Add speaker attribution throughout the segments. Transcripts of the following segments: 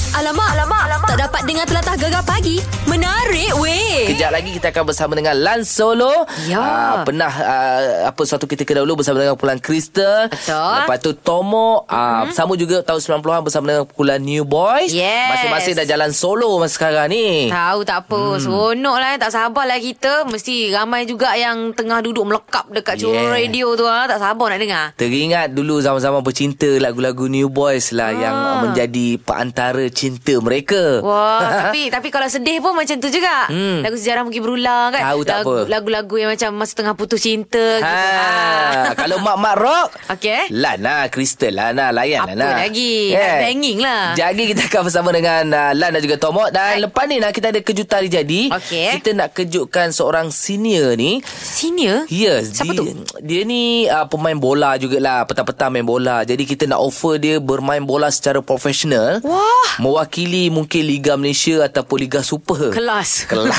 Speaker 1: Alamak, alamak, alamak. Tak dapat dengar telatah gegar pagi. Menarik weh.
Speaker 2: Kejap lagi kita akan bersama dengan Lan Solo.
Speaker 1: Ya.
Speaker 2: Ah, pernah ah, apa suatu ketika dahulu bersama dengan kumpulan Crystal.
Speaker 1: Betul. Mhm.
Speaker 2: Lepas tu Tomo. Ah, Sama juga tahun 90-an bersama dengan kumpulan New Boys.
Speaker 1: Yes. Ha.
Speaker 2: Masing-masing dah jalan solo masa sekarang ni.
Speaker 3: Tahu tak apa hmm. Seronok lah Tak sabar lah kita Mesti ramai juga yang Tengah duduk melekap Dekat yeah.
Speaker 2: Yeah.
Speaker 3: curung radio tu lah Tak sabar nak dengar
Speaker 2: Teringat dulu zaman-zaman bercinta lah lagu-lagu New Boys
Speaker 1: Ah.
Speaker 2: lah yang menjadi perantara cinta mereka.
Speaker 3: Wah, tapi tapi kalau sedih pun macam tu juga. Hmm.
Speaker 2: Hmm.
Speaker 3: Lagu sejarah mungkin berulang kan.
Speaker 2: Tahu tak
Speaker 3: lagu,
Speaker 2: apa.
Speaker 3: Lagu-lagu yang macam masa tengah putus cinta
Speaker 2: Ha,
Speaker 3: gitu. Ah.
Speaker 2: kalau mak-mak rock
Speaker 3: Okey. eh?
Speaker 2: Lan lah Crystal lah nah, Layan lah
Speaker 3: Apa
Speaker 2: nah.
Speaker 3: lagi? Banging lah.
Speaker 2: Eh. Jadi kita akan bersama dengan uh, Lan dan juga Tomok Dan lepas ni lah kita ada kejutan hari jadi
Speaker 3: Okey.
Speaker 2: Kita nak kejutkan seorang senior ni
Speaker 3: Senior?
Speaker 2: Yes
Speaker 3: Siapa
Speaker 2: dia,
Speaker 3: tu?
Speaker 2: Dia ni uh, pemain bola jugalah Petang-petang main bola Jadi kita nak offer dia bermain bola secara profesional
Speaker 3: Wah.
Speaker 2: Mewakili mungkin Liga Malaysia ataupun Liga Super
Speaker 3: Kelas.
Speaker 2: Kelas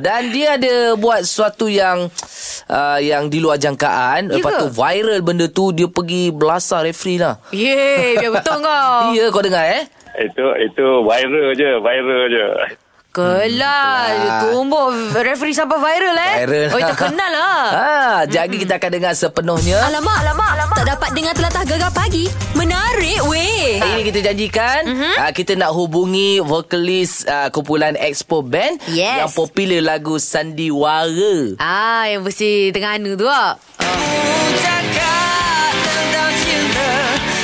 Speaker 2: Dan dia ada buat sesuatu yang uh, Yang di luar jangkaan
Speaker 3: Ya
Speaker 2: Lepas
Speaker 3: ke?
Speaker 2: tu viral benda tu Dia pergi belasah referee lah
Speaker 3: Yeay, biar betul kau.
Speaker 2: Ya kau dengar eh
Speaker 4: Itu itu viral je, viral je.
Speaker 3: Kelas. Tumbuk referee sampai viral eh.
Speaker 2: Viral
Speaker 3: Oh, terkenal lah.
Speaker 2: ha, Jadi kita akan dengar sepenuhnya
Speaker 1: Alamak, alamak, alamak. Tak dapat dengar telatah gegar pagi. Menarik weh.
Speaker 2: Hari ini kita janjikan
Speaker 3: Mhm.
Speaker 2: uh, Kita nak hubungi Vokalis uh, Kumpulan Expo Band
Speaker 3: Yes.
Speaker 2: Yang popular lagu Sandiwara
Speaker 3: Ah, yang versi tengah anu tu lah.
Speaker 2: Cakap tentang cinta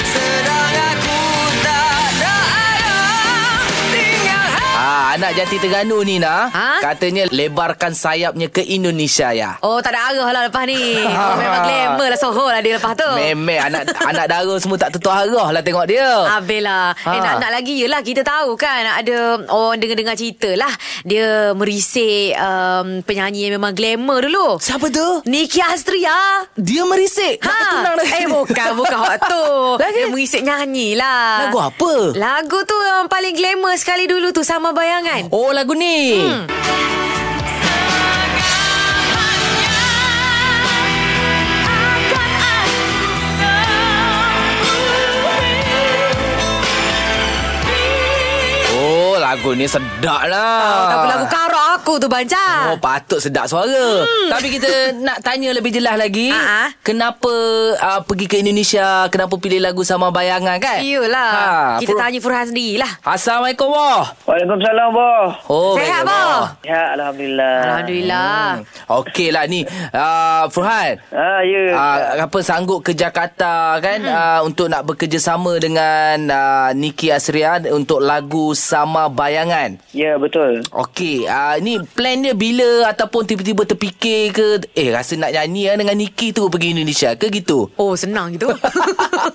Speaker 2: Sedang aku tak ada arah Tinggal Ah, anak jati Terengganu ni nah
Speaker 3: Ha?
Speaker 2: Katanya lebarkan sayapnya ke Indonesia ya
Speaker 3: Oh, tak ada arah lah lepas ni. Oh, memang glamour lah Soho lah dia lepas tu.
Speaker 2: Memek anak anak dara semua tak tertua arah lah tengok dia
Speaker 3: Habis lah
Speaker 2: Ha.
Speaker 3: ha. eh, nak, nak lagi yelah Kita tahu kan Ada orang dengar-dengar cerita lah Dia merisik um, Penyanyi yang memang glamour dulu
Speaker 2: Siapa tu?
Speaker 3: Niki Astria
Speaker 2: Dia merisik Nak bertunang dah
Speaker 3: Eh bukan Bukan hot tu
Speaker 2: Lagi?
Speaker 3: Dia merisik nyanyi lah
Speaker 2: Lagu apa?
Speaker 3: Lagu tu yang paling glamour sekali dulu tu Sama bayangan
Speaker 2: Oh lagu ni hmm. Oh lagu ni sedap lah
Speaker 3: oh, Tak apa lagu lah. karak aku tu Banca
Speaker 2: Oh patut sedap suara hmm. Tapi kita nak tanya lebih jelas lagi
Speaker 3: Ha-ha.
Speaker 2: Kenapa uh, pergi ke Indonesia Kenapa pilih lagu sama bayangan kan
Speaker 3: Iyalah
Speaker 2: Ha,
Speaker 3: Kita
Speaker 2: Fur-
Speaker 3: tanya Furhan sendiri lah
Speaker 2: Assalamuaikum wah
Speaker 4: Waalaikumsalam, boh.
Speaker 2: Oh
Speaker 3: Sehat
Speaker 2: baik,
Speaker 3: boh?
Speaker 2: wah.
Speaker 4: Ya, alhamdulillah.
Speaker 3: Alhamdulillah
Speaker 2: Okey lah ni uh, Furhan
Speaker 4: Ah, ya.
Speaker 2: Uh, apa sanggup ke Jakarta kan hmm. uh, untuk nak bekerjasama dengan uh, Niki Asria untuk lagu Sama Bayangan.
Speaker 4: Ya, betul.
Speaker 2: Okey, uh, ni plan dia bila ataupun tiba-tiba terfikir ke eh rasa nak nyanyi lah dengan Niki tu pergi Indonesia ke gitu?
Speaker 3: Oh senang gitu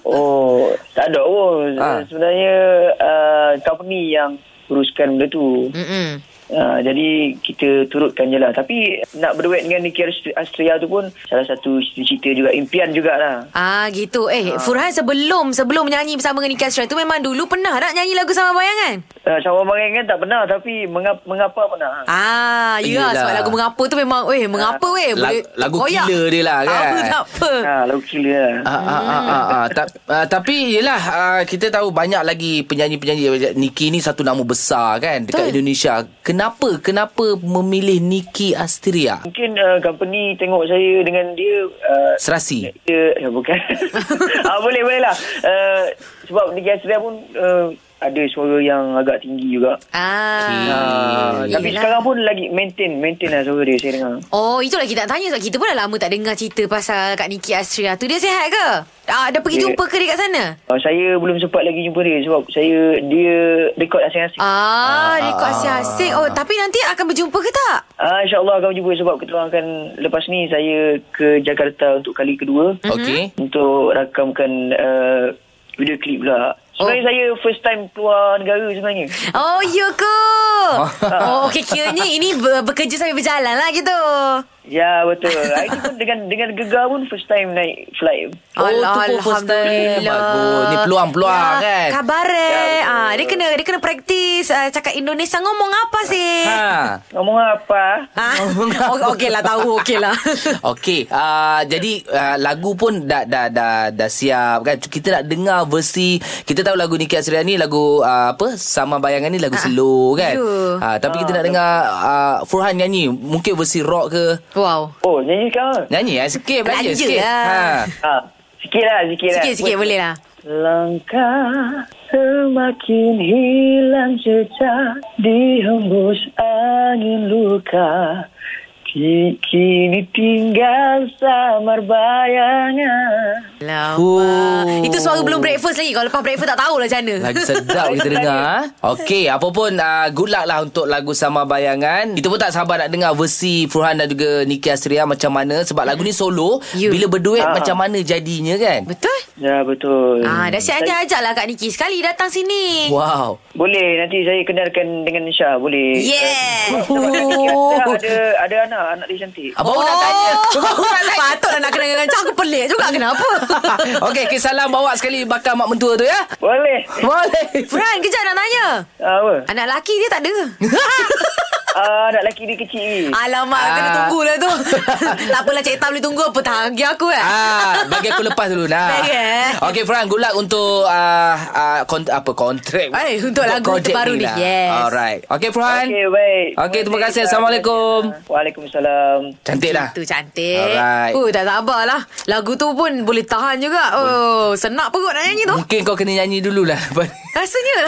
Speaker 4: Oh, tak ada. Oh,
Speaker 2: Ah.
Speaker 4: sebenarnya uh, company yang uruskan benda tu.
Speaker 3: Mm-mm.
Speaker 4: Uh, jadi kita turutkan je lah Tapi nak berduet dengan Niki Astria tu pun Salah satu cita-cita juga Impian jugalah
Speaker 3: Ah gitu. Eh ha. Furhan sebelum sebelum menyanyi bersama dengan Nika Astral tu memang dulu pernah tak nyanyi lagu sama bayangan?
Speaker 4: uh, Sama Mangan kan tak pernah Tapi mengapa, mengapa pernah
Speaker 3: Ah, ya
Speaker 2: Yelah.
Speaker 3: sebab lagu mengapa tu memang eh mengapa weh
Speaker 2: Lag-
Speaker 3: boleh
Speaker 2: lagu killer dia lah, kan?
Speaker 3: Apa tak apa.
Speaker 4: Ha, lagu killer lah
Speaker 2: Ah, ah, ah, ah, ah. Ta- ah, tapi yelah ah, kita tahu banyak lagi penyanyi-penyanyi Niki ni satu nama besar kan dekat
Speaker 3: Betul.
Speaker 2: Indonesia. Kenapa kenapa memilih Niki Astria?
Speaker 4: Mungkin uh, company tengok saya dengan dia uh,
Speaker 2: Serasi.
Speaker 4: dia eh, bukan. ah, boleh boleh lah. Uh, sebab Niki Astria pun uh, ada suara yang agak tinggi juga.
Speaker 3: Ah.
Speaker 4: Ah,
Speaker 2: Hmm.
Speaker 4: tapi
Speaker 3: Yelah.
Speaker 4: sekarang pun lagi maintain maintain lah suara dia saya dengar.
Speaker 3: Oh, itulah kita nak tanya sebab kita pun dah lama tak dengar cerita pasal Kak Niki Astria tu. Dia sihat ke? Ah, dah pergi
Speaker 4: Dia-
Speaker 3: jumpa ke dekat sana?
Speaker 4: Uh, saya belum sempat lagi jumpa dia sebab saya dia rekod asing-asing. Ah.
Speaker 3: Ah, rekod asing-asing. Oh, tapi nanti akan berjumpa ke tak?
Speaker 4: Ah, InsyaAllah akan jumpa sebab kita orang akan lepas ni saya ke Jakarta untuk kali kedua.
Speaker 2: Okey.
Speaker 4: untuk rakamkan uh, video klip pula. Sebenarnya oh. saya first time keluar negara sebenarnya.
Speaker 3: Oh, ya ke? Oh, okey kiranya ini ber- bekerja sambil berjalan lah gitu.
Speaker 4: Ya betul. Hari tu pun dengan dengan gegar pun first time naik flight.
Speaker 2: Oh, tu pun first time. Bagus. Ni peluang-peluang, kan?
Speaker 3: Kabar eh.
Speaker 4: Ya, betul.
Speaker 3: Ah, dia kena dia kena praktis ah, cakap Indonesia ngomong apa sih?
Speaker 2: Ha.
Speaker 4: Ngomong apa?
Speaker 3: Ah,
Speaker 2: Ngomong apa?
Speaker 3: oh, okey lah tahu okey lah.
Speaker 2: Okey, uh, jadi uh, lagu pun dah dah dah dah siap kan. Kita nak dengar versi kita tahu lagu Niki Asria ni lagu uh, apa? Sama bayangan ni lagu slow
Speaker 3: Ah,
Speaker 2: kan.
Speaker 3: ya.
Speaker 2: Uh, tapi kita nak dengar uh, Furhan nyanyi, mungkin versi rock ke.
Speaker 3: wow.
Speaker 4: Oh, nyanyi sekarang.
Speaker 2: Nyanyi eh sikit belanja
Speaker 3: Belanja
Speaker 2: sikit.
Speaker 3: lah.
Speaker 4: Ha. Sikit lah, sikit lah.
Speaker 3: Sikit-sikit boleh lah.
Speaker 4: Langkah semakin hilang jejak Dihembus angin luka Ki- Kini tinggal samar bayangan
Speaker 3: Lama.
Speaker 2: Oh.
Speaker 3: Itu suara belum breakfast lagi. Kalau lepas breakfast tak tahulah macam mana.
Speaker 2: Lagi sedap kita dengar eh. Okey apa pun uh, Good luck lah Untuk lagu Sama Bayangan Kita pun tak sabar nak dengar Versi Furhan dan juga Niki Astria Macam mana Sebab lagu ni solo
Speaker 3: You.
Speaker 2: Bila berduet
Speaker 4: Ah.
Speaker 2: Macam mana jadinya kan
Speaker 3: Betul?
Speaker 4: Ya betul
Speaker 3: Ah, dah siap
Speaker 4: Saya-
Speaker 3: aja ajak lah Kak Niki. Sekali datang sini.
Speaker 2: Wow
Speaker 4: Boleh nanti saya kenalkan dengan Syah Boleh
Speaker 3: Yeah. Oh.
Speaker 4: Syah ada, ada anak Anak dia cantik
Speaker 2: Abang oh. nak tanya Abang nak tanya
Speaker 3: Patutlah nak kena dengan aku pelik juga kenapa?
Speaker 2: Okey okay, salam bawa sekali Bakar mak mentua tu ya
Speaker 4: Boleh
Speaker 2: Boleh
Speaker 3: Fran, kejap nak tanya.
Speaker 4: Apa?
Speaker 3: Anak lelaki dia tak ada.
Speaker 4: Ah, anak lelaki dia kecil
Speaker 3: Alamak,
Speaker 2: Ah.
Speaker 3: kena tunggulah tu. tak apalah Cik Tam boleh tunggu apa tahagi aku eh.
Speaker 2: Ah, bagi aku lepas dulu nah.
Speaker 3: Baik, eh?
Speaker 2: Okey Fran, good luck untuk uh, uh, kont- apa kontrak.
Speaker 3: Eh, untuk lagu
Speaker 2: projek lah.
Speaker 3: terbaru ni, yes.
Speaker 2: Alright. Okey Fran.
Speaker 4: Okey baik
Speaker 2: Okey, terima kasih. Assalamualaikum.
Speaker 4: Waalaikumsalam
Speaker 2: Cantik lah.
Speaker 3: Itu cantik.
Speaker 2: Alright.
Speaker 3: Oh, tak sabar lah. Lagu tu pun boleh tahan juga. Oh, senak perut nak nyanyi tu.
Speaker 2: Mungkin kau kena nyanyi dululah.
Speaker 3: Rasanya lah.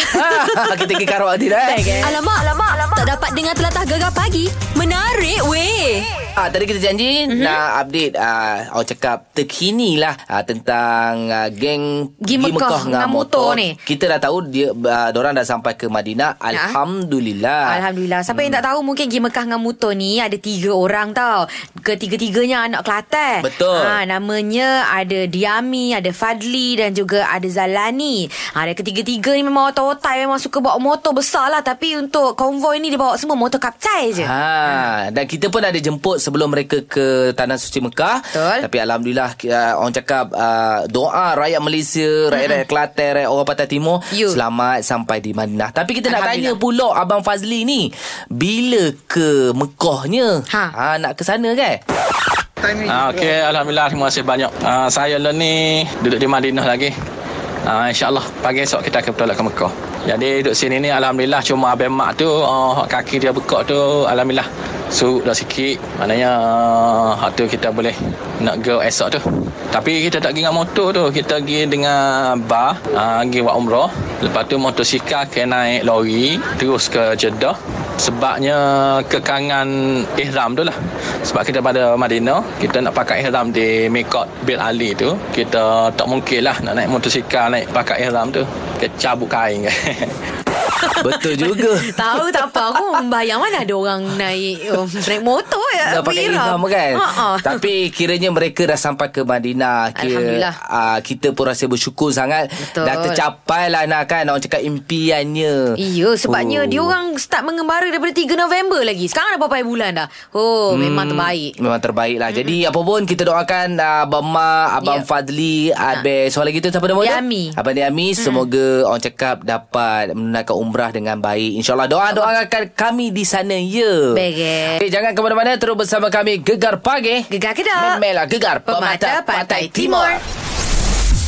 Speaker 2: Ah, kita pergi karaoke nanti dah. Eh.
Speaker 1: Alamak, alamak, alamak. Tak dapat dengar telatah gegar pagi. Menarik weh.
Speaker 2: Ah, tadi kita janji
Speaker 3: Mhm.
Speaker 2: mm-hmm. nak update ah, awak cakap terkini lah ah, tentang ah, geng
Speaker 3: Gi Mekah dengan motor ni. Ah.
Speaker 2: Kita dah tahu dia ah, orang dah sampai ke Madinah. Alhamdulillah.
Speaker 3: Alhamdulillah. Siapa hmm. yang tak tahu mungkin pergi Mekah dengan motor ni ada tiga orang tau. Ketiga-tiganya anak Kelantan.
Speaker 2: Betul.
Speaker 3: Ha, namanya ada Diami, ada Fadli dan juga ada Zalani. Ha, ada ketiga-tiga ni memang otak-otak memang suka bawa motor besar lah. Tapi untuk konvoi ni dia bawa semua motor kapcai je. Ha.
Speaker 2: Ha, dan kita pun ada jemput sebelum mereka ke Tanah Suci Mekah.
Speaker 3: Betul.
Speaker 2: Tapi alhamdulillah uh, orang cakap uh, doa rakyat Malaysia, rakyat-rakyat Kelantan, rakyat orang Pantai Timur
Speaker 3: You.
Speaker 2: selamat sampai di Madinah. Tapi kita nak tanya
Speaker 3: Alhamdulillah.
Speaker 2: pula abang Fazli ni, bila ke Mekahnya?
Speaker 3: Ha.
Speaker 2: ha nak ke sana kan?
Speaker 5: Ah, Okey, Alhamdulillah terima kasih banyak. Ah, saya lah ni duduk di Madinah lagi. Ah, InsyaAllah pagi esok kita akan bertolak ke Mekah. Jadi duduk sini ni Alhamdulillah cuma abang mak tu oh, kaki dia bekak tu Alhamdulillah surut dah sikit. Maknanya ah, hak tu kita boleh nak go esok tu. Tapi kita tak pergi dengan motor tu. Kita pergi dengan bar, ah, pergi buat umrah. Lepas tu motosikal kena naik lori terus ke Jeddah. Sebabnya kekangan ihram tu lah Sebab kita pada Madinah Kita nak pakai ihram di Mekot Bil Ali tu Kita tak mungkin lah nak naik motosikal Naik pakai ihram tu Kita cabut kain kan
Speaker 2: Betul juga.
Speaker 3: Tahu tak apa Aku membayang mana ada orang naik um, Naik motor ya, Ha,
Speaker 2: Dah pakai ihram kan
Speaker 3: Ha-ha.
Speaker 2: Tapi kiranya mereka dah sampai ke Madinah Kira,
Speaker 3: Alhamdulillah.
Speaker 2: ah, Kita pun rasa bersyukur sangat
Speaker 3: Betul.
Speaker 2: Dah tercapai lah nak kan Orang cakap impiannya
Speaker 3: Iya sebabnya oh. dia orang start mengembara daripada 3 November lagi. Sekarang dah berapa bulan dah? Oh hmm. memang terbaik.
Speaker 2: Memang terbaik lah Jadi apa pun Kita doakan uh, Abang Ma Abang
Speaker 3: Ya.
Speaker 2: Fadli Abang ha. Seorang lagi tu Siapa nama dia?
Speaker 3: Yami.
Speaker 2: Abang Yami Semoga orang cakap Dapat menunaikan umrah Dengan baik InsyaAllah Doa-doakan kami di sana Ya
Speaker 3: Baik, eh.
Speaker 2: okay, Jangan ke mana-mana Terus bersama kami Gegar
Speaker 3: lah,
Speaker 2: Pagi
Speaker 3: Gegar Kedah.
Speaker 2: Memelah Gegar Pemata, Pantai Timur.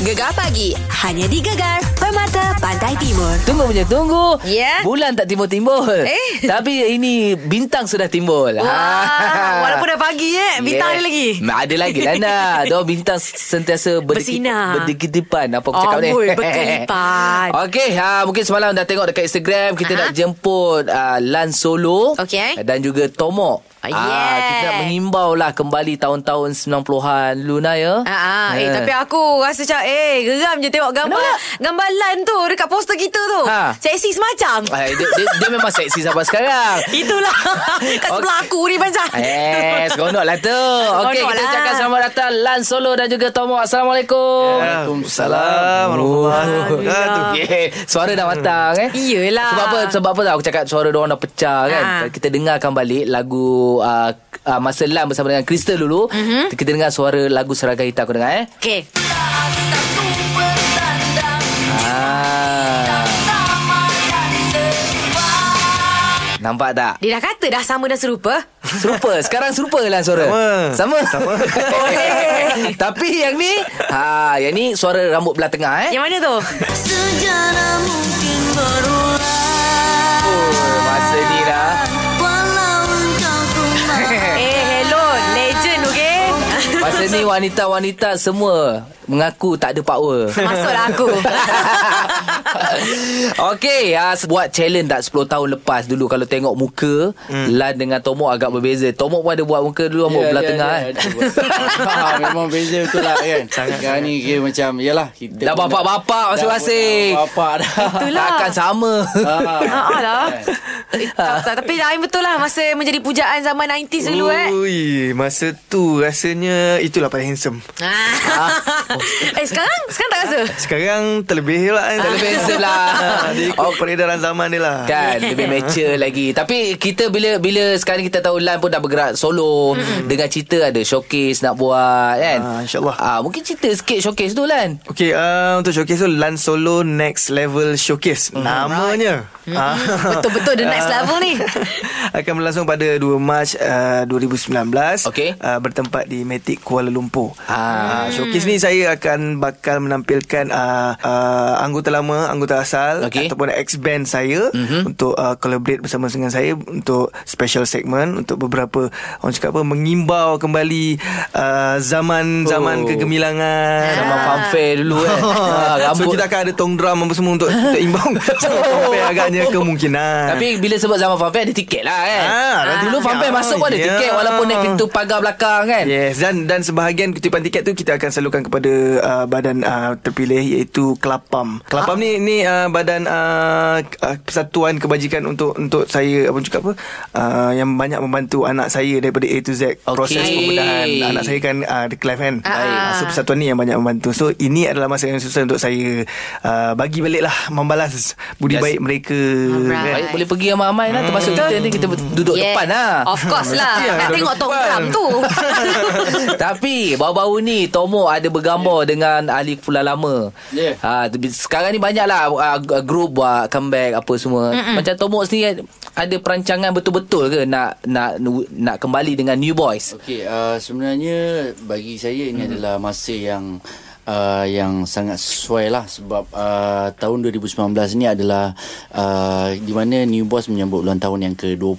Speaker 1: Gegar pagi. Hanya di Gegar Permata Pantai Timur.
Speaker 2: Tunggu punya tunggu
Speaker 3: Ya.
Speaker 2: Bulan tak timbul-timbul
Speaker 3: Eh.
Speaker 2: Tapi ini Bintang sudah timbul
Speaker 3: Wah,
Speaker 2: Ah.
Speaker 3: walaupun dah pagi eh, bintang ada lagi.
Speaker 2: Nah, Ada lagi lah nak Dia bintang sentiasa berdeki-
Speaker 3: Bersinar. Oh,
Speaker 2: Berdekitipan Apa aku cakap ni
Speaker 3: Amboi, berkelipan.
Speaker 2: Okey ha, Mungkin semalam dah tengok dekat Instagram Kita
Speaker 3: Aha.
Speaker 2: nak jemput uh, Lan Solo
Speaker 3: Okey.
Speaker 2: Dan juga Tomok
Speaker 3: Ah,
Speaker 2: Ah,
Speaker 3: yes.
Speaker 2: Kita nak mengimbau lah Kembali tahun-tahun 90-an Luna ya
Speaker 3: Ah, ah, eh,
Speaker 2: Ah.
Speaker 3: tapi aku rasa macam Eh geram je tengok gambar
Speaker 2: Kenapa?
Speaker 3: Gambar lan tu Dekat poster kita tu
Speaker 2: Ha.
Speaker 3: Seksi semacam
Speaker 2: Ah, dia, dia, dia memang seksi sampai sekarang
Speaker 3: Itulah Kat sebelah aku ni macam
Speaker 2: Eh, seronok lah tu. Okey, kita
Speaker 3: Seronok lah.
Speaker 2: ucapkan selamat datang Lan Solo dan juga Tomo. Assalamualaikum.
Speaker 6: Waalaikumsalam warahmatullahi wabarakatuh.
Speaker 2: Oh. Yeah. Suara dah matang eh.
Speaker 3: Iyalah.
Speaker 2: Sebab apa? Sebab apa tak aku cakap suara dia orang dah pecah kan.
Speaker 3: Ah.
Speaker 2: Kita dengarkan balik lagu uh, uh, masa Lam bersama dengan Crystal dulu.
Speaker 3: Mhm.
Speaker 2: Mm-hmm. Kita dengar suara lagu Seragai Hitam aku dengar eh.
Speaker 3: Okay.
Speaker 2: Ah. Nampak tak?
Speaker 3: Dia dah kata dah sama dan serupa.
Speaker 2: Serupa Sekarang serupa lah suara
Speaker 6: Sama.
Speaker 2: Sama, Sama. Boleh Tapi yang ni ha, Yang ni suara rambut belah tengah eh
Speaker 3: Yang mana tu?
Speaker 7: Sejarah mungkin berulang
Speaker 2: Oh, Masa ni dah
Speaker 7: Walau engkau ku maafkan
Speaker 3: eh, hello. Legend, okay?
Speaker 2: Masa ni wanita-wanita semua Mengaku tak ada power
Speaker 3: Masuklah lah aku.
Speaker 2: Okey, uh, buat challenge tak 10 tahun lepas dulu kalau tengok muka hmm. Lan dengan Tomok agak berbeza. Tomok pun ada buat muka dulu rambut yeah, belah yeah, tengah. eh. Yeah,
Speaker 8: ha, memang beza betul lah kan. Sangat Yang ni kira macam
Speaker 2: Lah,
Speaker 8: Yalah kita
Speaker 2: Dah bapak-bapak masing-masing.
Speaker 8: Dah Bapak dah
Speaker 3: Itulah.
Speaker 2: Takkan sama.
Speaker 8: Ha.
Speaker 3: Haa lah. Eh, tak- tak- Tapi lain betul lah masa menjadi pujaan zaman 90s dulu eh.
Speaker 6: Ui, masa tu rasanya itulah paling handsome.
Speaker 3: Ah. eh sekarang Sekarang tak rasa
Speaker 6: Sekarang terlebih lah kan.
Speaker 2: Ah. Terlebih sebelah. Oh,
Speaker 6: Ha, Dia ikut peredaran zaman dia lah.
Speaker 2: Kan Lebih mature lagi Tapi kita bila Bila sekarang kita tahu Lan pun dah bergerak solo mm-hmm. Dengan cerita ada showcase nak buat kan
Speaker 6: Ah, insyaAllah.
Speaker 2: ah, Mungkin cerita sikit showcase tu Lan
Speaker 6: Okay, uh, untuk showcase tu Lan Solo Next Level Showcase Namanya Ah.
Speaker 3: Mm-hmm. Betul-betul the next level ni
Speaker 6: Akan berlangsung pada 2 Mac uh, 2019
Speaker 2: Okey.
Speaker 6: uh, Bertempat di Matic Kuala Lumpur
Speaker 2: Ah.
Speaker 6: uh, Showcase ni saya akan bakal menampilkan uh, uh, Anggota lama, anggota asal
Speaker 2: Okey.
Speaker 6: Ataupun ex-band saya mm-hmm. Untuk uh, collaborate bersama dengan saya Untuk special segment Untuk beberapa Orang cakap apa Mengimbau kembali uh,
Speaker 2: Oh.
Speaker 6: Zaman-zaman oh. kegemilangan
Speaker 2: Sama
Speaker 6: Ah.
Speaker 2: fanfare dulu kan ah,
Speaker 6: So
Speaker 2: Rambut
Speaker 6: kita akan ada tong drum apa semua untuk, untuk imbang Sampai agaknya kemungkinan
Speaker 2: Tapi bila sebut zaman fanfare Ada tiket lah kan
Speaker 6: kan. Ah,
Speaker 2: ah,
Speaker 6: nanti
Speaker 2: Dulu fanfare
Speaker 6: kau.
Speaker 2: masuk pun ada
Speaker 6: Ya.
Speaker 2: tiket Walaupun naik pintu pagar belakang kan
Speaker 6: Yes dan dan sebahagian kutipan tiket tu kita akan salurkan kepada uh, badan uh, terpilih iaitu Kelapam. Kelapam ni ni uh, badan uh, uh, persatuan kebajikan untuk untuk saya apa cakap apa uh, yang banyak membantu anak saya daripada A to Z proses pembedahan anak saya kan uh, the cleft kan.
Speaker 3: Ah,
Speaker 6: Uh, so persatuan ni yang banyak membantu. So ini adalah masa yang susah untuk saya uh, bagi balik lah membalas
Speaker 2: Yes.
Speaker 6: budi baik mereka.
Speaker 3: Alright.
Speaker 2: Baik, boleh pergi ramai-ramai lah Termasuk
Speaker 6: Hmm.
Speaker 2: kita nanti kita duduk
Speaker 3: Yes.
Speaker 2: depan lah
Speaker 3: Of course lah
Speaker 6: Mesti lah
Speaker 3: Nak
Speaker 6: duduk
Speaker 3: tengok
Speaker 6: depan.
Speaker 3: tong drum tu
Speaker 2: Tapi baru-baru ni Tomo ada bergambar yeah. dengan ahli kepulauan lama.
Speaker 8: Ya.
Speaker 2: Ha, tapi sekarang ni banyaklah uh, group buat comeback apa semua. Mm-mm. Macam Tomo sendiri ada perancangan betul-betul ke nak nak nak kembali dengan New Boys?
Speaker 8: Okey, uh, sebenarnya bagi saya
Speaker 2: Hmm.
Speaker 8: ini adalah masa yang uh, yang sangat sesuai lah sebab uh, tahun 2019 ni adalah uh, di mana New Boss menyambut ulang tahun yang ke-20.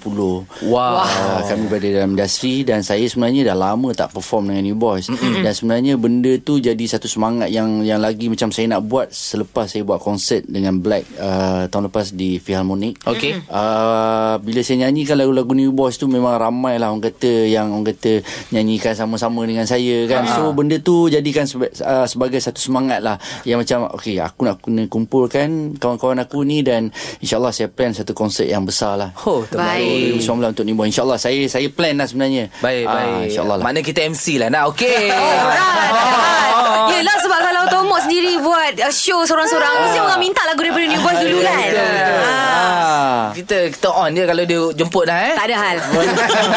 Speaker 2: Wow.
Speaker 8: Uh, kami berada dalam industri dan saya sebenarnya dah lama tak perform dengan New Boys dan sebenarnya benda tu jadi satu semangat yang yang lagi macam saya nak buat selepas saya buat konsert dengan Black uh, tahun lepas di Philharmonic.
Speaker 2: Okey.
Speaker 8: Uh, bila saya nyanyikan lagu-lagu New Boys tu memang ramai lah orang kata yang orang kata nyanyikan sama-sama dengan saya kan.
Speaker 2: Ah.
Speaker 8: So benda tu jadikan seba- uh, sebagai satu semangat lah yang macam okey aku nak kena kumpulkan kawan-kawan aku ni dan insyaallah saya plan satu konsert yang besar lah.
Speaker 2: Oh,
Speaker 3: Baik.
Speaker 2: terbaik.
Speaker 8: 2019 untuk New Boys. InsyaAllah saya saya plan lah sebenarnya.
Speaker 2: Baik,
Speaker 8: Ah,
Speaker 2: baik.
Speaker 8: InsyaAllah lah.
Speaker 2: Mana kita MC lah nak. Okey.
Speaker 3: Oh, lah. Alright Yelah sebab kalau Tomok sendiri buat uh, show seorang-seorang Mesti orang minta lagu daripada New Boys dulu kan
Speaker 8: Ah.
Speaker 2: Kita kita on je kalau dia jemput dah eh.
Speaker 3: Tak ada hal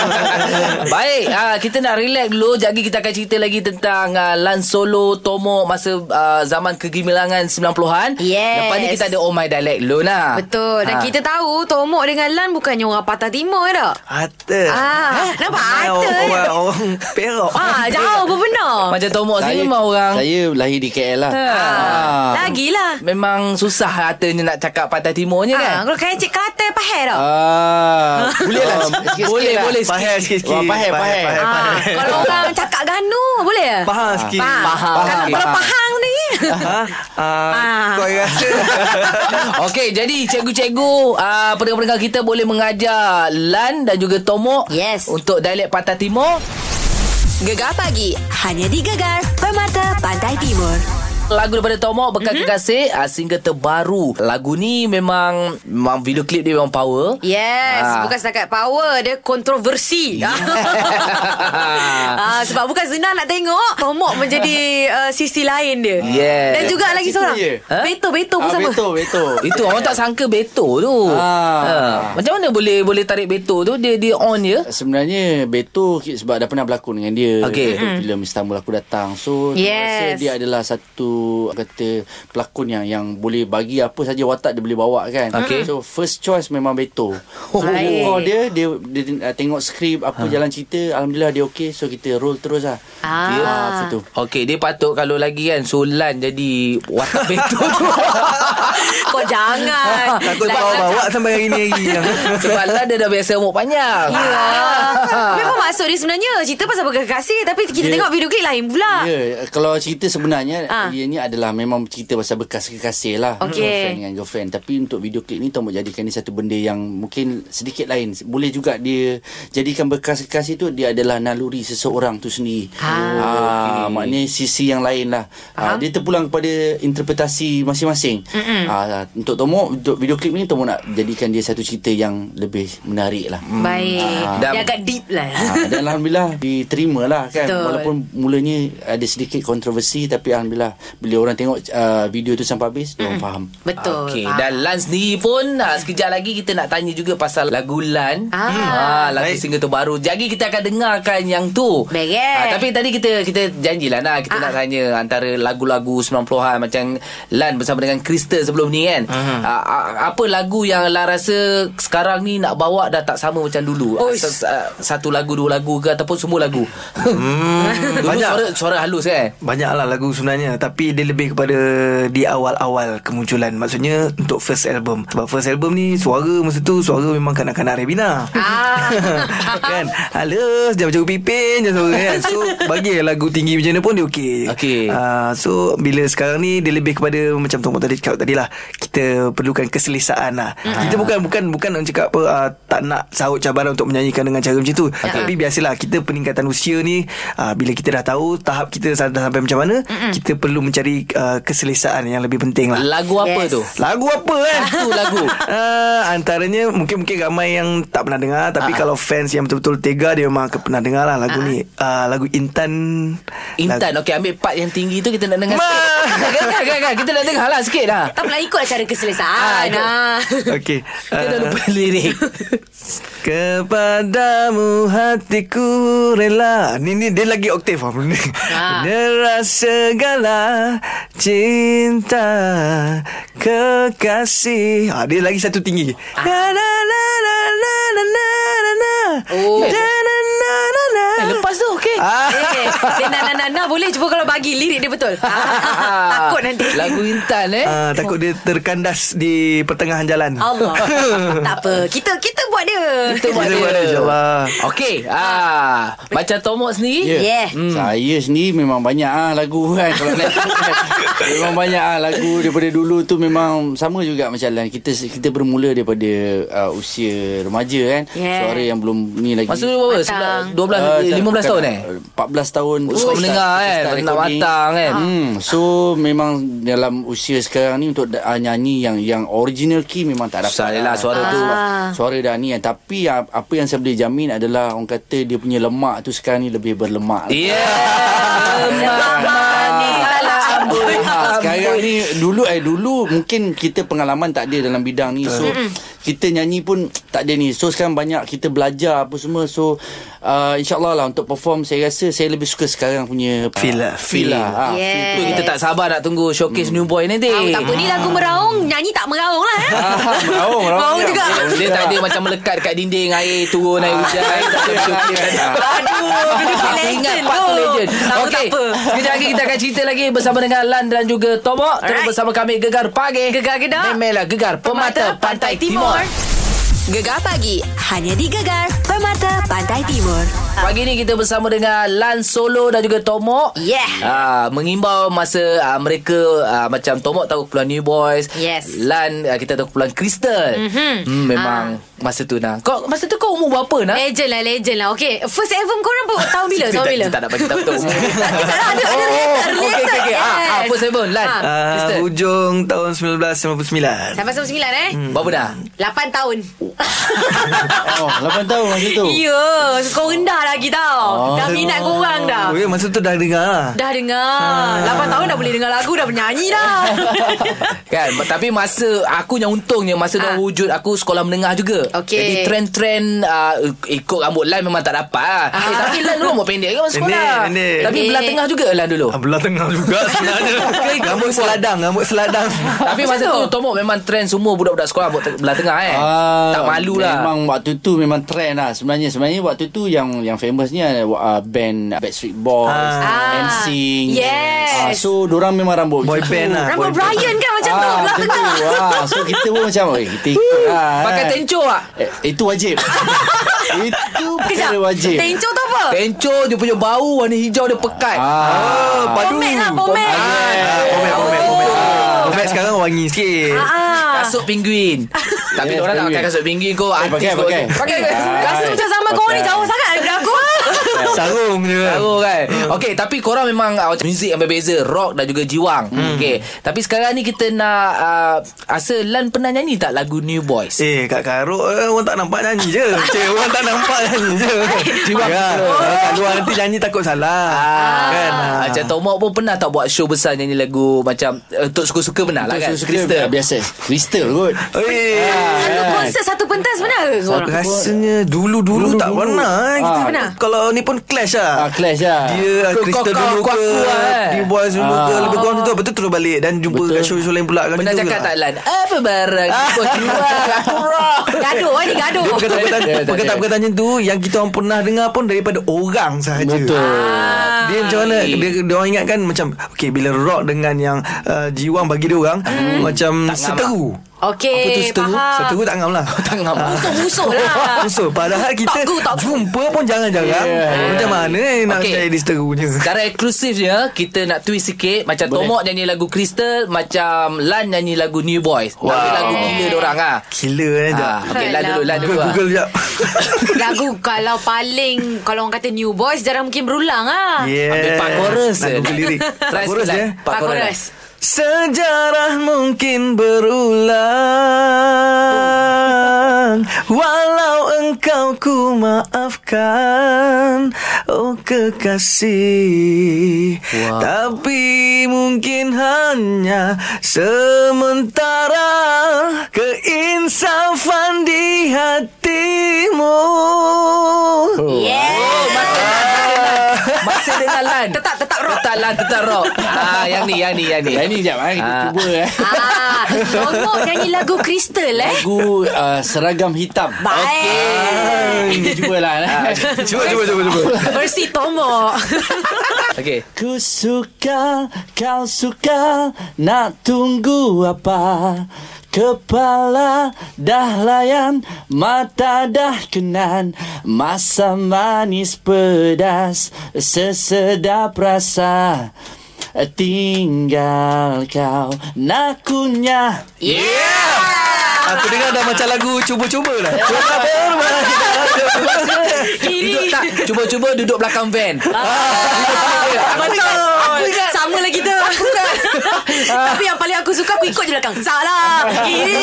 Speaker 2: Baik, ah, kita nak relax dulu. Sekejap lagi kita akan cerita lagi tentang ah, Lan Solo, Tomo masa ah, zaman kegemilangan 90-an.
Speaker 3: Yes.
Speaker 2: Lepas ni kita ada Oh My Dialect dulu lah.
Speaker 3: Betul Dan
Speaker 2: Ah.
Speaker 3: kita tahu Tomok dengan Lan bukannya orang patah timur eh tak
Speaker 6: Hata.
Speaker 3: Ah, Nampak ada
Speaker 6: Orang, orang, orang Perak.
Speaker 3: Ah, jauh berbenar
Speaker 2: Macam Tomo
Speaker 8: Saya-
Speaker 2: sini memang orang
Speaker 8: Saya lahir di KL lah.
Speaker 3: Ah, Lagilah
Speaker 2: memang susah hatanya nak cakap patah timurnya kan.
Speaker 3: Ah, Kalau kaya cik kata pahal tak
Speaker 8: Ah, boleh lah sikit-sikit
Speaker 2: Um, Boleh,
Speaker 6: Eh,
Speaker 8: lah.
Speaker 2: boleh.
Speaker 6: Pahal sikit-sikit.
Speaker 8: Wah, pahal, pahal.
Speaker 6: eh,
Speaker 3: Ah, kalau orang cakap ganu boleh ya?
Speaker 6: Faham sikit.
Speaker 3: Faham.
Speaker 2: Faham.
Speaker 3: Kalau
Speaker 2: Faham.
Speaker 3: kalau faham ni.
Speaker 6: Ha? Ah,
Speaker 3: Ah.
Speaker 6: Kau rasa
Speaker 2: Okey, jadi cikgu-cikgu uh, pendengar-pendengar kita boleh mengajar Lan dan juga Tomok
Speaker 3: Yes.
Speaker 2: untuk dialek Pantai Timur.
Speaker 1: Gegar pagi. Hanya di Gegar. Permata Pantai Timur.
Speaker 2: Lagu daripada Tomok Bekal mm-hmm. Kekasih uh, Single terbaru Lagu ni memang Memang video klip dia memang power
Speaker 3: Ya. Yes,
Speaker 2: Ah.
Speaker 3: bukan setakat power dia kontroversi. ah sebab bukan senang nak tengok tomok menjadi uh, sisi lain dia.
Speaker 2: Yes.
Speaker 3: Dan juga lagi
Speaker 8: Situ
Speaker 3: seorang.
Speaker 8: je.
Speaker 2: Ha?
Speaker 3: Beto Beto pun
Speaker 8: Ah,
Speaker 3: sama.
Speaker 8: Betul, betul.
Speaker 2: Itu orang tak sangka Beto tu
Speaker 8: Ah.
Speaker 2: ah. ha. Macam mana boleh Boleh tarik Beto tu Dia dia on je
Speaker 8: Sebenarnya Beto ki- sebab dah pernah berlakon dengan dia
Speaker 2: Okey.
Speaker 8: Untuk filem Istanbul aku datang. So tu rasa
Speaker 3: Yes.
Speaker 8: dia adalah satu orang kata pelakon yang yang boleh bagi apa saja watak dia boleh bawa kan.
Speaker 2: Okey.
Speaker 8: So first choice memang Beto. Oh.
Speaker 3: Baik.
Speaker 8: Call dia dia, dia, uh, tengok skrip
Speaker 2: Ha.
Speaker 8: apa jalan cerita alhamdulillah dia okey so kita roll terus lah.
Speaker 3: Ah.
Speaker 8: apa tu.
Speaker 2: Okey dia patut Kalau lagi kan Sulan jadi Watak Beto tu
Speaker 3: Kau jangan.
Speaker 6: Takut
Speaker 3: Lain-
Speaker 6: kau bawa sampai hari ni lagi yang.
Speaker 2: Sebab Lan dia dah biasa umur panjang
Speaker 3: Ya. Memang maksud dia sebenarnya cerita pasal berkekasih tapi kita
Speaker 8: Dia-
Speaker 3: tengok video klip lain pula.
Speaker 8: Ya, yeah, kalau cerita sebenarnya
Speaker 3: Ah.
Speaker 8: ha. ianya adalah memang cerita pasal bekas kekasih lah
Speaker 3: Okey.
Speaker 8: girlfriend dengan girlfriend. Tapi untuk video klip ni Tomok jadikan ni satu benda yang mungkin sedikit lain. Boleh juga dia jadikan bekas kekasih tu dia adalah naluri seseorang tu sendiri.
Speaker 3: Ah,
Speaker 8: Ha, okay. maknanya sisi yang lain lah. Ha, dia terpulang kepada interpretasi masing-masing. Ha, untuk Tomok untuk video klip ni Tomok nak jadikan dia satu cerita yang lebih menarik lah.
Speaker 3: Baik.
Speaker 8: Ah.
Speaker 3: Dia
Speaker 2: Dan-
Speaker 3: agak deep lah.
Speaker 8: Ha, dan Alhamdulillah diterima lah kan
Speaker 3: Betul.
Speaker 8: Betul. Walaupun mulanya ada sedikit kontroversi Tapi Alhamdulillah Bila orang tengok uh, video tu sampai habis mm. Diorang faham
Speaker 3: Betul.
Speaker 2: Okey,
Speaker 3: Ah.
Speaker 2: dan Lan sendiri pun ha, sekejap lagi kita nak tanya juga pasal lagu Lan.
Speaker 3: Ah.
Speaker 2: ha, lagu
Speaker 6: Baik.
Speaker 2: single terbaru. Jadi kita akan dengarkan yang tu.
Speaker 3: Beres. Ah.
Speaker 2: Ah, tapi tadi kita kita janjilah nah kita nak tanya antara lagu-lagu 90-an macam Lan bersama dengan Crystal sebelum ni kan. Ah, ah, apa lagu yang Lan rasa sekarang ni nak bawa dah tak sama macam dulu? Ah,
Speaker 3: Oish.
Speaker 2: sa- sa- Satu lagu, dua lagu ke ataupun semua lagu? Dulu
Speaker 6: Hmm. banyak.
Speaker 2: suara suara halus kan?
Speaker 6: Banyaklah lagu sebenarnya Tapi dia lebih kepada Di awal-awal kemunculan Maksudnya Untuk first album Sebab first album ni Suara masa tu Suara memang kanak-kanak Rebina
Speaker 3: Ah.
Speaker 6: kan Halus Dia macam pipin je suara kan So bagi lagu tinggi macam mana pun Dia okey
Speaker 2: Okey.
Speaker 6: uh, So bila sekarang ni Dia lebih kepada Macam Tomok tadi cakap tadi lah Kita perlukan keselesaan lah Kita bukan Bukan bukan nak cakap apa uh, Tak nak sahut cabaran Untuk menyanyikan dengan cara macam tu Tapi biasalah Kita peningkatan usia ni uh, Bila kita dah tahu Tahap kita dah sampai macam mana Mm-mm. Kita perlu mencari uh, Keselesaan yang lebih penting lah
Speaker 2: Lagu apa
Speaker 3: Yes.
Speaker 2: tu?
Speaker 6: Lagu apa eh?
Speaker 2: Satu lagu.
Speaker 6: uh, antaranya mungkin-mungkin ramai yang tak pernah dengar
Speaker 2: Ah.
Speaker 6: tapi uh-huh. kalau fans yang betul-betul tega dia memang akan pernah dengar lah lagu uh-huh. ni. Uh, lagu Intan.
Speaker 2: Intan Okey ambil part yang tinggi tu Kita nak dengar sikit kan, kan, kan, kan. Kita nak dengar lah sikit lah
Speaker 3: Tak pula ikut cara keselesaan.
Speaker 2: Ah,
Speaker 3: Ah,
Speaker 6: Okey. Ah,
Speaker 2: Kita dah lupa lirik
Speaker 6: Kepadamu hatiku rela Ni ni dia lagi oktif
Speaker 2: Ah.
Speaker 6: faham ni. Dera segala cinta kekasih ha, Dia lagi satu tinggi
Speaker 2: Ah.
Speaker 6: Na, na, na, na, na, na, na, na, na.
Speaker 3: Oh.
Speaker 6: Na, na, na, na, na.
Speaker 2: eh, Lepas tu okey
Speaker 6: Ah.
Speaker 3: Eh, dia nak nak nak nak boleh cuba kalau bagi lirik dia betul. Ah, Takut nanti.
Speaker 2: Lagu Intan eh
Speaker 6: Ah, takut dia terkandas di pertengahan jalan
Speaker 3: Allah. tak apa. Kita kita buat dia.
Speaker 2: Kita buat
Speaker 6: Kita buat dia,
Speaker 2: dia
Speaker 6: insyaAllah.
Speaker 2: Okey ah, Macam Tomok sendiri
Speaker 3: Yeah.
Speaker 8: Hmm. Saya sendiri memang banyak ah lagu kan kalau nak ikut kan. memang banyak ah lagu daripada dulu tu memang sama juga macam Lan. Kita kita bermula daripada uh, usia remaja kan.
Speaker 3: Yeah.
Speaker 8: Suara yang belum ni lagi.
Speaker 2: Masa tu berapa? Sebelas- dua belas,
Speaker 8: Ah, tak-
Speaker 2: lima belas
Speaker 8: bukan,
Speaker 2: tahun eh?
Speaker 8: 14 tahun.
Speaker 2: Oh,
Speaker 8: Kita
Speaker 2: suka mendengar kan
Speaker 8: start- kita start
Speaker 2: Nak
Speaker 8: recording.
Speaker 2: matang kan
Speaker 8: Hmm, so memang dalam usia sekarang ni untuk uh, nyanyi yang yang original key memang tak dapat.
Speaker 2: Susah lah suara tu.
Speaker 8: Sebab Suara dah ni kan. Tapi ah, apa yang saya boleh jamin adalah orang kata dia punya lemak tu sekarang ni lebih berlemak. lah.
Speaker 2: Yeah
Speaker 3: Lemak manis dalam amboi.
Speaker 8: Ah, sekarang ni dulu eh dulu mungkin kita pengalaman tak ada dalam bidang ni so kita nyanyi pun tak ada ni so sekarang banyak kita belajar apa semua so uh, insyaallah lah untuk perform saya rasa saya lebih suka sekarang punya
Speaker 6: Feel lah.
Speaker 8: feel lah ah,
Speaker 3: Yeah.
Speaker 8: feel
Speaker 2: Tu kita tak sabar nak tunggu Showcase New Boy nanti
Speaker 3: Tahu tak apa ni lagu meraung Nyanyi tak meraung lah eh?
Speaker 8: meraung, meraung
Speaker 3: Meraung
Speaker 8: juga.
Speaker 3: juga
Speaker 2: Dia tak ada macam melekat Dekat dinding Air turun Air hujan Air tak ada showcase tak ada.
Speaker 3: Aduh Kena
Speaker 2: Aku
Speaker 3: pilih
Speaker 2: ingat
Speaker 3: legend
Speaker 2: part tu
Speaker 3: tu
Speaker 2: legend
Speaker 3: Tahu tak
Speaker 2: Okey,
Speaker 3: apa
Speaker 2: Sekejap lagi kita akan cerita lagi Bersama dengan Lan dan juga Tomok Terus
Speaker 3: Alright.
Speaker 2: bersama kami Gegar Pagi
Speaker 3: Gegar Gedak.
Speaker 2: Memelah Gegar Pemata Pantai Timur
Speaker 1: Gegar pagi hanya di Gegar Permata Pantai Timur.
Speaker 2: Pagi ni kita bersama dengan Lan Solo dan juga Tomok
Speaker 3: Yeah.
Speaker 2: Ah, Mengimbau masa ah, mereka ah, Macam Tomok tahu keperluan New Boys
Speaker 3: Yes. Mhm.
Speaker 2: Lan ah, kita tahu keperluan Crystal mm-hmm. hmm, Memang masa tu nah. Kau masa tu kau umur berapa nah?
Speaker 3: Legend lah Legend lah Okay First album korang pun Tahun bila
Speaker 2: Kita
Speaker 3: Tahun
Speaker 2: tak-
Speaker 3: bila
Speaker 2: kita tak nak bagi tahu betul umur.
Speaker 3: Tak ada Ada related
Speaker 2: Oh, okay, okay, okay. Ah, ah, first album, Lan.
Speaker 3: Ah.
Speaker 2: Kristen.
Speaker 6: Uh, hujung tahun 1999.
Speaker 3: Sampai sama sembilan eh
Speaker 2: Berapa dah?
Speaker 3: 8 tahun
Speaker 8: Hmm. Oh, 8 tahun masa tu. Ah,
Speaker 3: Ya so Kau rendah lagi tau Dah minat korang dah
Speaker 6: Oh, ya, masa tu dah dengar lah.
Speaker 3: Dah dengar
Speaker 8: Ha.
Speaker 3: 8 tahun dah boleh dengar lagu Dah bernyanyi dah
Speaker 2: Kan Tapi masa Aku yang untungnya Masa
Speaker 3: Ah.
Speaker 2: dah wujud Aku sekolah menengah juga
Speaker 3: Okey.
Speaker 2: Jadi trend-trend uh, Ikut rambut Lan memang tak dapat lah. eh, Tapi Lan dulu rambut pendek kan masa
Speaker 6: Pendek,
Speaker 2: sekolah
Speaker 6: pendek.
Speaker 2: Tapi belah
Speaker 3: Ah. Pendek.
Speaker 2: tengah juga Lan dulu
Speaker 6: Ah, Belah tengah juga sebenarnya. rambut seladang, rambut seladang.
Speaker 2: Tapi masa tu Tomok memang trend Semua budak-budak sekolah Rambut te- belah tengah eh Tak malu lah
Speaker 8: Ah, Memang waktu tu memang trend lah sebenarnya. Sebenarnya waktu tu yang yang famous ni ada uh, band Backstreet Boys,
Speaker 3: Ah.
Speaker 8: ah. NSYNC.
Speaker 3: Yes.
Speaker 8: Ah, so dorang memang rambut
Speaker 6: Boy
Speaker 8: macam
Speaker 6: band
Speaker 8: tu.
Speaker 6: lah.
Speaker 3: Rambut
Speaker 6: boy band.
Speaker 3: Brian kan macam tu
Speaker 8: Ah,
Speaker 3: Belah
Speaker 8: macam
Speaker 3: tengah
Speaker 8: tu. Ah, so kita pun macam Oi, kita ikut lah
Speaker 2: Pakai
Speaker 8: kan."
Speaker 2: tenco lah
Speaker 8: eh, Itu wajib Itu
Speaker 3: Kejap
Speaker 8: perkara wajib Eh,
Speaker 3: Tenco tu apa
Speaker 2: Tenco dia punya bau Warna hijau dia pekat
Speaker 8: Ah,
Speaker 3: Pomek lah Pomek
Speaker 6: Ah, Pomek, pomek, pomek.
Speaker 8: Ah,
Speaker 6: Pomek Ah, sekarang wangi sikit.
Speaker 3: Ah.
Speaker 2: Kasut pinguin Tapi
Speaker 8: Yes,
Speaker 2: orang tak pakai
Speaker 8: penguin.
Speaker 2: kasut pinguin Kau
Speaker 8: Eh,
Speaker 2: artis
Speaker 8: pakai,
Speaker 2: kau
Speaker 8: pakai. Ah.
Speaker 2: tu. Pakai
Speaker 3: Rasa macam zaman korang ni
Speaker 8: Pakai.
Speaker 3: Jauh sangat daripada aku
Speaker 8: Ah.
Speaker 6: Sarung je.
Speaker 2: Tahu kan
Speaker 6: Hmm.
Speaker 2: Okay tapi korang memang uh, Macam muzik yang berbeza Rock dan juga jiwang
Speaker 6: Hmm.
Speaker 2: Okay Tapi sekarang ni kita nak uh, Asa Lan pernah nyanyi tak Lagu New Boys
Speaker 6: Eh, kat karok eh, orang tak nampak nyanyi je. Cik, orang tak nampak nyanyi je. Cuba ya, orang kat luar nanti nyanyi takut salah. Kan? ah.
Speaker 2: Macam Tomok pun pernah tak buat show besar Nyanyi lagu macam uh, Tok suka-suka pernah lah kan
Speaker 8: Suka-suka
Speaker 2: Krista
Speaker 8: Biasa Crystal kot
Speaker 6: Eh,
Speaker 3: Satu konsert Satu pentas benar ke korang
Speaker 6: rasanya dulu-dulu tak
Speaker 8: Dulu-dulu.
Speaker 6: pernah. eh. Kita
Speaker 8: Ah.
Speaker 3: Pernah?
Speaker 6: Kalau ni pun clash
Speaker 8: ah,
Speaker 6: lah.
Speaker 8: Clash lah
Speaker 6: Dia
Speaker 2: Kau-
Speaker 6: Krista
Speaker 2: kau- kau-
Speaker 6: dulu
Speaker 2: aku-
Speaker 6: ke
Speaker 2: aku lah, eh.
Speaker 6: Dia boys dulu ke Lebih kurang tu Lepas tu terus balik Dan jumpa
Speaker 8: Betul.
Speaker 6: kat show-show lain pula kali
Speaker 2: Pernah
Speaker 6: tu
Speaker 2: cakap
Speaker 6: lah.
Speaker 2: tak Lan Apa barang Kau jiwang Aku rock
Speaker 3: Gaduh eh ni gaduh
Speaker 6: Dia perkataan-perkataan
Speaker 8: Tak ada, tak ada.
Speaker 6: Perkataan-perkataan macam tu Yang kita orang pernah dengar pun Daripada orang sahaja
Speaker 8: Betul
Speaker 6: Dia macam mana dia, dia orang ingatkan macam Okay bila rock dengan yang uh, Jiwang bagi dia orang Hmm. Macam seteru Apa tu
Speaker 3: Okay
Speaker 6: seteru?
Speaker 3: Eh, Faham
Speaker 6: Seteru tak ngam lah
Speaker 2: Tak ngam
Speaker 3: Musuh-musuh lah
Speaker 6: So padahal kita
Speaker 3: Tak ku, tak ku.
Speaker 6: Jumpa pun jarang-jarang
Speaker 8: Yeah.
Speaker 6: Macam mana eh Nak
Speaker 2: Okey.
Speaker 6: okay. jadi seteru je
Speaker 2: Secara eksklusifnya Kita nak twist sikit Macam
Speaker 8: Boleh.
Speaker 2: Tomok nyanyi lagu Crystal Macam Lan nyanyi lagu New Boys wow. Tapi lagu gila dorang ah.
Speaker 6: Gila eh
Speaker 2: Ha,
Speaker 6: jap.
Speaker 2: okay, Lan dulu Lan dulu
Speaker 6: Google,
Speaker 2: ah.
Speaker 6: Google jap
Speaker 3: Lagu kalau paling Kalau orang kata new boys Jarang mungkin berulang lah
Speaker 6: Yeah
Speaker 2: Ambil part chorus
Speaker 6: Nak
Speaker 2: eh.
Speaker 6: Google lirik
Speaker 2: Try
Speaker 6: Part chorus
Speaker 2: sikit,
Speaker 6: ya
Speaker 2: Lan. Part
Speaker 3: Pak
Speaker 2: chorus.
Speaker 3: Koras
Speaker 6: Sejarah mungkin berulang Walau engkau ku maafkan Oh kekasih
Speaker 2: Wow.
Speaker 6: Tapi mungkin hanya sementara Keinsafan di hatimu
Speaker 2: Oh, masih Lan, masih Lan. Masih dengan Lan.
Speaker 3: Tetap tetap rock
Speaker 2: Tetap Lan, tetap rock. Ah, yang ni, yang ni, yang ni.
Speaker 8: Yang ni sekejap eh, Kita
Speaker 2: Ah.
Speaker 8: cuba eh
Speaker 3: Ah, Tomok nyanyi lagu Crystal eh
Speaker 8: Lagu uh, Seragam Hitam
Speaker 3: Baik
Speaker 8: Ah, Kita cuba lah eh.
Speaker 6: Cuba, cuba, cuba, cuba
Speaker 3: Versi Tomok
Speaker 2: Okey.
Speaker 8: Ku suka, kau suka, nak tunggu apa? Kepala dah layan, mata dah kenan Masa manis pedas, sesedap rasa Tinggal kau nakunya
Speaker 6: Aku dengar dah macam lagu cuba-cuba dah Cuba bermain
Speaker 2: Duduk tak? Cuba-cuba duduk belakang van.
Speaker 3: Ah.
Speaker 2: Ah.
Speaker 3: Betul Sama lah kita Tapi yang paling aku suka Aku ikut je belakang Salah Kiri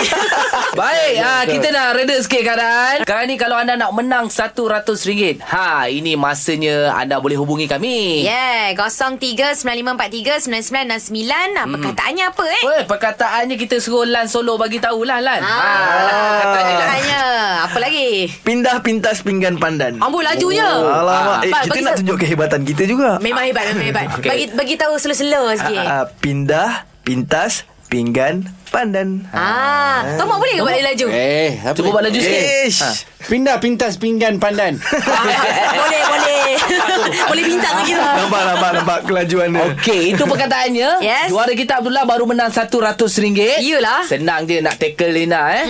Speaker 2: Baik, ha, kita nak reda sikit keadaan. Sekarang ni kalau anda nak menang RM100, ha, ini masanya anda boleh hubungi kami.
Speaker 3: Yeah 03-9543-9969 ah,
Speaker 6: Hmm.
Speaker 3: Perkataannya apa eh
Speaker 2: Weh, perkataannya kita suruh Lan Solo bagi tahu lah Lan.
Speaker 3: Ah,
Speaker 2: Ha, Lan,
Speaker 6: Ah.
Speaker 2: katanya Lan.
Speaker 3: Perkataannya Apa lagi
Speaker 6: Pindah pintas pinggan pandan
Speaker 3: Ambul lajunya
Speaker 6: Alamak eh,
Speaker 3: Ba-
Speaker 6: Kita
Speaker 3: bagi
Speaker 6: nak
Speaker 3: sa-
Speaker 6: tunjuk kehebatan kita juga
Speaker 3: Memang hebat Memang hebat
Speaker 2: Okay.
Speaker 3: Bagi bagi tahu slow-slow
Speaker 6: Ah,
Speaker 3: sikit
Speaker 6: ah, ah, Pindah pintas pinggan pandan
Speaker 3: Ah, Tomok boleh ke buat dia laju?
Speaker 8: Eh, apa?
Speaker 2: Cuba buat laju sikit.
Speaker 6: Ish
Speaker 8: Pindah pintas pinggan pandan
Speaker 3: boleh, boleh. boleh bintang lagi lah. tu.
Speaker 6: Nampak nampak nampak kelajuan dia
Speaker 2: Okey, itu perkataannya.
Speaker 3: Yes.
Speaker 2: Juara kita Abdullah baru menang RM100.
Speaker 3: Iyalah.
Speaker 2: Senang je nak tackle Lina eh.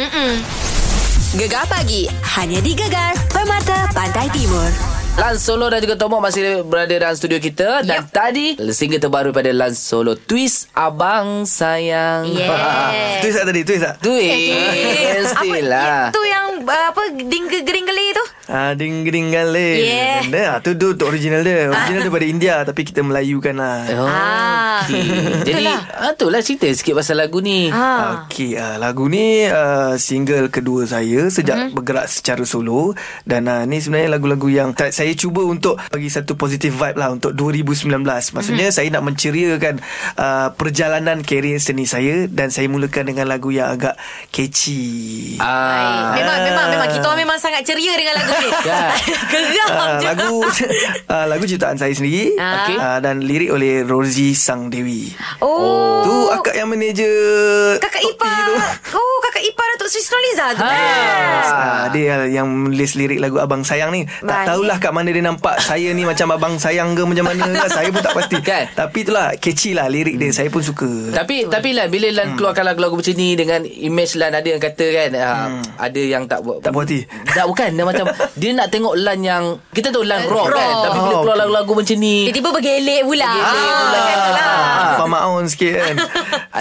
Speaker 1: Gegar pagi. Hanya di Gegar. Permata Pantai Timur.
Speaker 2: Lan Solo dan juga Tomok masih berada dalam studio kita dan tadi single terbaru pada Lan Solo Twist Abang Sayang.
Speaker 3: Yeah.
Speaker 6: Ah, Tulis tak tadi tulis tak
Speaker 2: Twist.
Speaker 3: Eh, Apa,
Speaker 2: Pastilah.
Speaker 3: Itu yang uh, apa ding geringgeli tu?
Speaker 6: Ah, ding ding gale.
Speaker 3: Yeah.
Speaker 6: Nah, tu tu tu original dia. Original daripada India tapi kita Melayukan lah.
Speaker 2: Oh,
Speaker 3: Ah.
Speaker 2: okay. Jadi ah, itulah cerita sikit pasal lagu ni
Speaker 3: Ha.
Speaker 6: Okey, uh, lagu ni uh, single kedua saya sejak mm-hmm. bergerak secara solo dan uh, ni sebenarnya lagu-lagu yang tak, saya cuba untuk bagi satu positive vibe lah untuk 2019. Maksudnya mm-hmm. saya nak menceriakan uh, perjalanan karier seni saya dan saya mulakan dengan lagu yang agak catchy. Uh,
Speaker 2: ah.
Speaker 3: Baik. Memang memang memang kita orang memang sangat ceria dengan lagu ni.
Speaker 2: Ya.
Speaker 3: Geram
Speaker 6: Uh,
Speaker 3: je.
Speaker 6: lagu uh, lagu ciptaan saya sendiri
Speaker 3: Ah.
Speaker 2: Okey.
Speaker 6: uh, dan lirik oleh Rosie Sang Dewi.
Speaker 3: Oh.
Speaker 6: Tu akak yang manager
Speaker 3: Kakak
Speaker 6: Tok P
Speaker 3: Ipar
Speaker 6: tu.
Speaker 3: Oh kakak Ipar Datuk Sri Nurliza tu
Speaker 2: Ha.
Speaker 6: Ah, dia yang menulis lirik lagu Abang Sayang ni
Speaker 3: Baik.
Speaker 6: Tak tahulah kat mana dia nampak Saya ni macam Abang Sayang ke macam mana ke Saya pun tak pasti
Speaker 2: Kan?
Speaker 6: Tapi itulah catchy lah lirik dia Saya pun suka
Speaker 2: Tapi tapi
Speaker 3: eh.
Speaker 2: Lan bila Lan hmm. keluarkan lagu-lagu macam ni dengan image Lan ada yang kata kan hmm. ada yang tak buat
Speaker 6: Tak puas hati
Speaker 2: tak bukan dia macam dia nak tengok Lan yang kita tahu Lan rock,
Speaker 3: Eh, rock.
Speaker 2: kan tapi bila
Speaker 6: Oh,
Speaker 2: keluar
Speaker 6: okay.
Speaker 2: lagu-lagu macam ni
Speaker 3: Tiba-tiba bergelek pula
Speaker 2: Bergelek
Speaker 3: Ah,
Speaker 2: pula.
Speaker 3: macam tu lah.
Speaker 6: Ah, Faham on sikit kan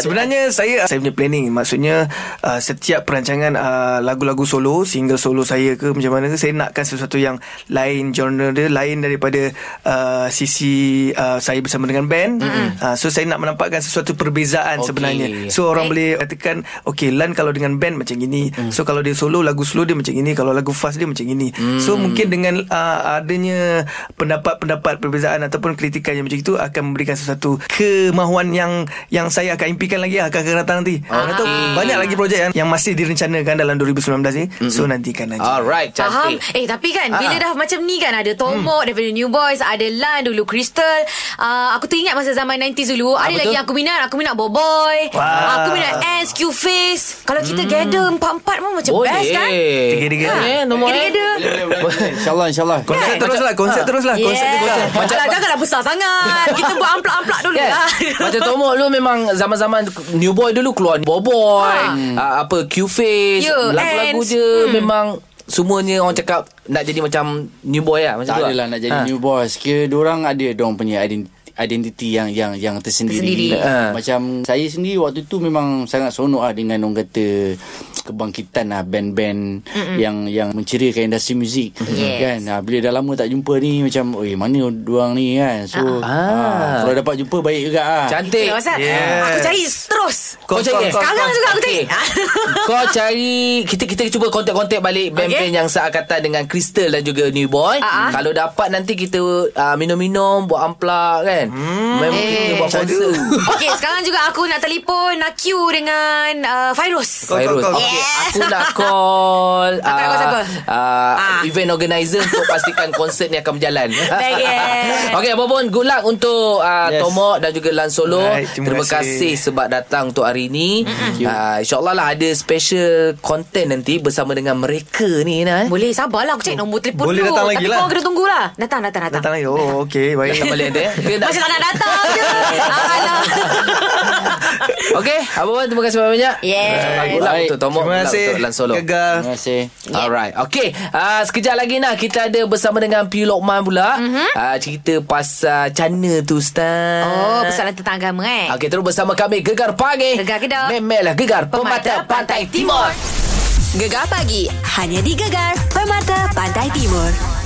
Speaker 6: Sebenarnya saya Saya punya planning Maksudnya uh, Setiap perancangan uh, Lagu-lagu solo Single solo saya ke Macam mana ke Saya nakkan sesuatu yang Lain genre dia Lain daripada uh, Sisi uh, Saya bersama dengan band mm-hmm. uh, So saya nak menampakkan Sesuatu perbezaan
Speaker 2: Okey.
Speaker 6: okay. sebenarnya So orang boleh katakan Okay Lan kalau dengan band macam gini
Speaker 2: Hmm.
Speaker 6: mm. So kalau dia solo Lagu slow dia macam gini Kalau lagu fast dia macam gini
Speaker 2: Hmm.
Speaker 6: mm. So mungkin dengan uh, Adanya Pendapat-pendapat Perbezaan Ataupun kritikan yang macam itu Akan memberikan sesuatu Kemahuan yang Yang saya akan impikan lagi Akan akan datang nanti
Speaker 2: Ah,
Speaker 6: okay. tahu Banyak lagi projek yang, yang masih direncanakan Dalam 2019 ni
Speaker 2: Hmm.
Speaker 6: mm So nantikan aja
Speaker 2: alright
Speaker 3: Faham
Speaker 2: cantik
Speaker 3: Eh tapi kan Bila
Speaker 2: Ah.
Speaker 3: dah macam ni kan Ada Tomok hmm. daripada New Boys Ada Lan dulu Crystal uh, Aku teringat masa zaman 90s dulu Ada
Speaker 2: betul?
Speaker 3: lagi yang aku minat Aku minat Boboy
Speaker 6: Wah.
Speaker 3: Aku minat S Q Face Kalau kita gather Empat-empat pun macam
Speaker 2: Hmm. boleh
Speaker 3: best kan
Speaker 6: Tiga-tiga
Speaker 2: boleh nombor eh
Speaker 3: Tiga-tiga
Speaker 8: InsyaAllah insyaAllah
Speaker 6: Konsep teruslah
Speaker 2: Ah.
Speaker 6: Konsep teruslah Ah, Konsep
Speaker 3: Yeah.
Speaker 6: teruslah
Speaker 3: Macam janganlah besar sangat. Kita buat amplak-amplak dulu
Speaker 2: Kan?
Speaker 3: lah.
Speaker 2: Macam Tomok dulu memang zaman-zaman New Boy dulu keluar Boboy, ha. apa Q-Face,
Speaker 3: Ya,
Speaker 2: lagu-lagu
Speaker 3: Ants. Hmm.
Speaker 2: je memang semuanya orang cakap nak jadi macam New Boy lah macam
Speaker 8: Tak
Speaker 2: tu.
Speaker 8: adalah nak jadi ha. new boss Kira diorang ada Diorang punya identiti identiti yang yang yang tersendiri,
Speaker 3: Tersendiri.
Speaker 8: Uh.
Speaker 2: Ha.
Speaker 8: macam saya sendiri waktu tu memang sangat seronok lah dengan orang kata kebangkitan lah band-band Mm-mm. yang yang menceriakan industri muzik
Speaker 3: Yes.
Speaker 8: kan ah, bila dah lama tak jumpa ni macam oi mana diorang ni kan so uh-huh.
Speaker 2: Ah.
Speaker 8: kalau dapat jumpa baik juga ah
Speaker 2: Cantik.
Speaker 3: Itulah pasal
Speaker 6: Yes.
Speaker 3: Aku cari terus.
Speaker 2: Kau,
Speaker 6: Kau-
Speaker 2: cari
Speaker 6: kau- kau-
Speaker 3: Sekarang juga aku cari.
Speaker 2: Kau cari Kita kita cuba kontak-kontak balik Band-band yang seangkatan Dengan Crystal dan juga New Boy
Speaker 3: Ah, ah.
Speaker 2: Kalau dapat nanti kita uh, Minum-minum Buat amplak kan hmm. Memang
Speaker 3: Eh.
Speaker 2: kita buat konser
Speaker 3: Okey, sekarang juga aku nak telefon Nakiu dengan uh, Fairuz.
Speaker 6: Kau-
Speaker 2: Virus
Speaker 6: kau- kau-
Speaker 2: okay, Aku nak call
Speaker 3: Nak call siapa?
Speaker 2: uh,
Speaker 3: Ah.
Speaker 2: Event organizer Untuk pastikan konsert ni akan berjalan
Speaker 3: Baik, eh.
Speaker 2: Okay Bobon Good luck untuk uh, yes.
Speaker 6: Yes.
Speaker 2: Tomok Dan juga Lan Solo
Speaker 6: Alright, terima
Speaker 2: Terima kasih
Speaker 6: kasih.
Speaker 2: sebab datang untuk hari ni uh, InsyaAllah lah ada special content nanti Bersama dengan mereka ni nah, eh.
Speaker 3: Boleh sabarlah aku cari nombor telefon
Speaker 6: Oh, Boleh
Speaker 3: dulu.
Speaker 6: datang lagi
Speaker 3: Tapi
Speaker 6: lah.
Speaker 3: kau kena tunggulah. Datang, datang, datang.
Speaker 6: Datang lagi Oh okay baik
Speaker 2: Datang balik nanti eh. Dia nak-
Speaker 3: Macam tak nak datang je. Ah, alah.
Speaker 2: Okay Abang Wan terima kasih banyak-banyak
Speaker 3: Yes.
Speaker 2: Ah, Good luck
Speaker 8: Baik.
Speaker 2: untuk Tomok
Speaker 6: Terima
Speaker 2: good luck
Speaker 6: kasih
Speaker 2: untuk Lan Solo
Speaker 6: Gagal
Speaker 8: terima kasih
Speaker 2: Alright Okay uh, Sekejap lagi nah Kita ada bersama dengan Piu Lokman pula mm-hmm. uh, Cerita pasal Cana tu Ustaz
Speaker 3: Oh, persoalan tentang agama eh.
Speaker 2: Okey terus bersama kami Gegar Pagi
Speaker 3: Gegar Kedah.
Speaker 2: Memelah Gegar Pemata, Pantai Timur
Speaker 1: Gegar pagi. Hanya di Gegar. Permata Pantai Timur.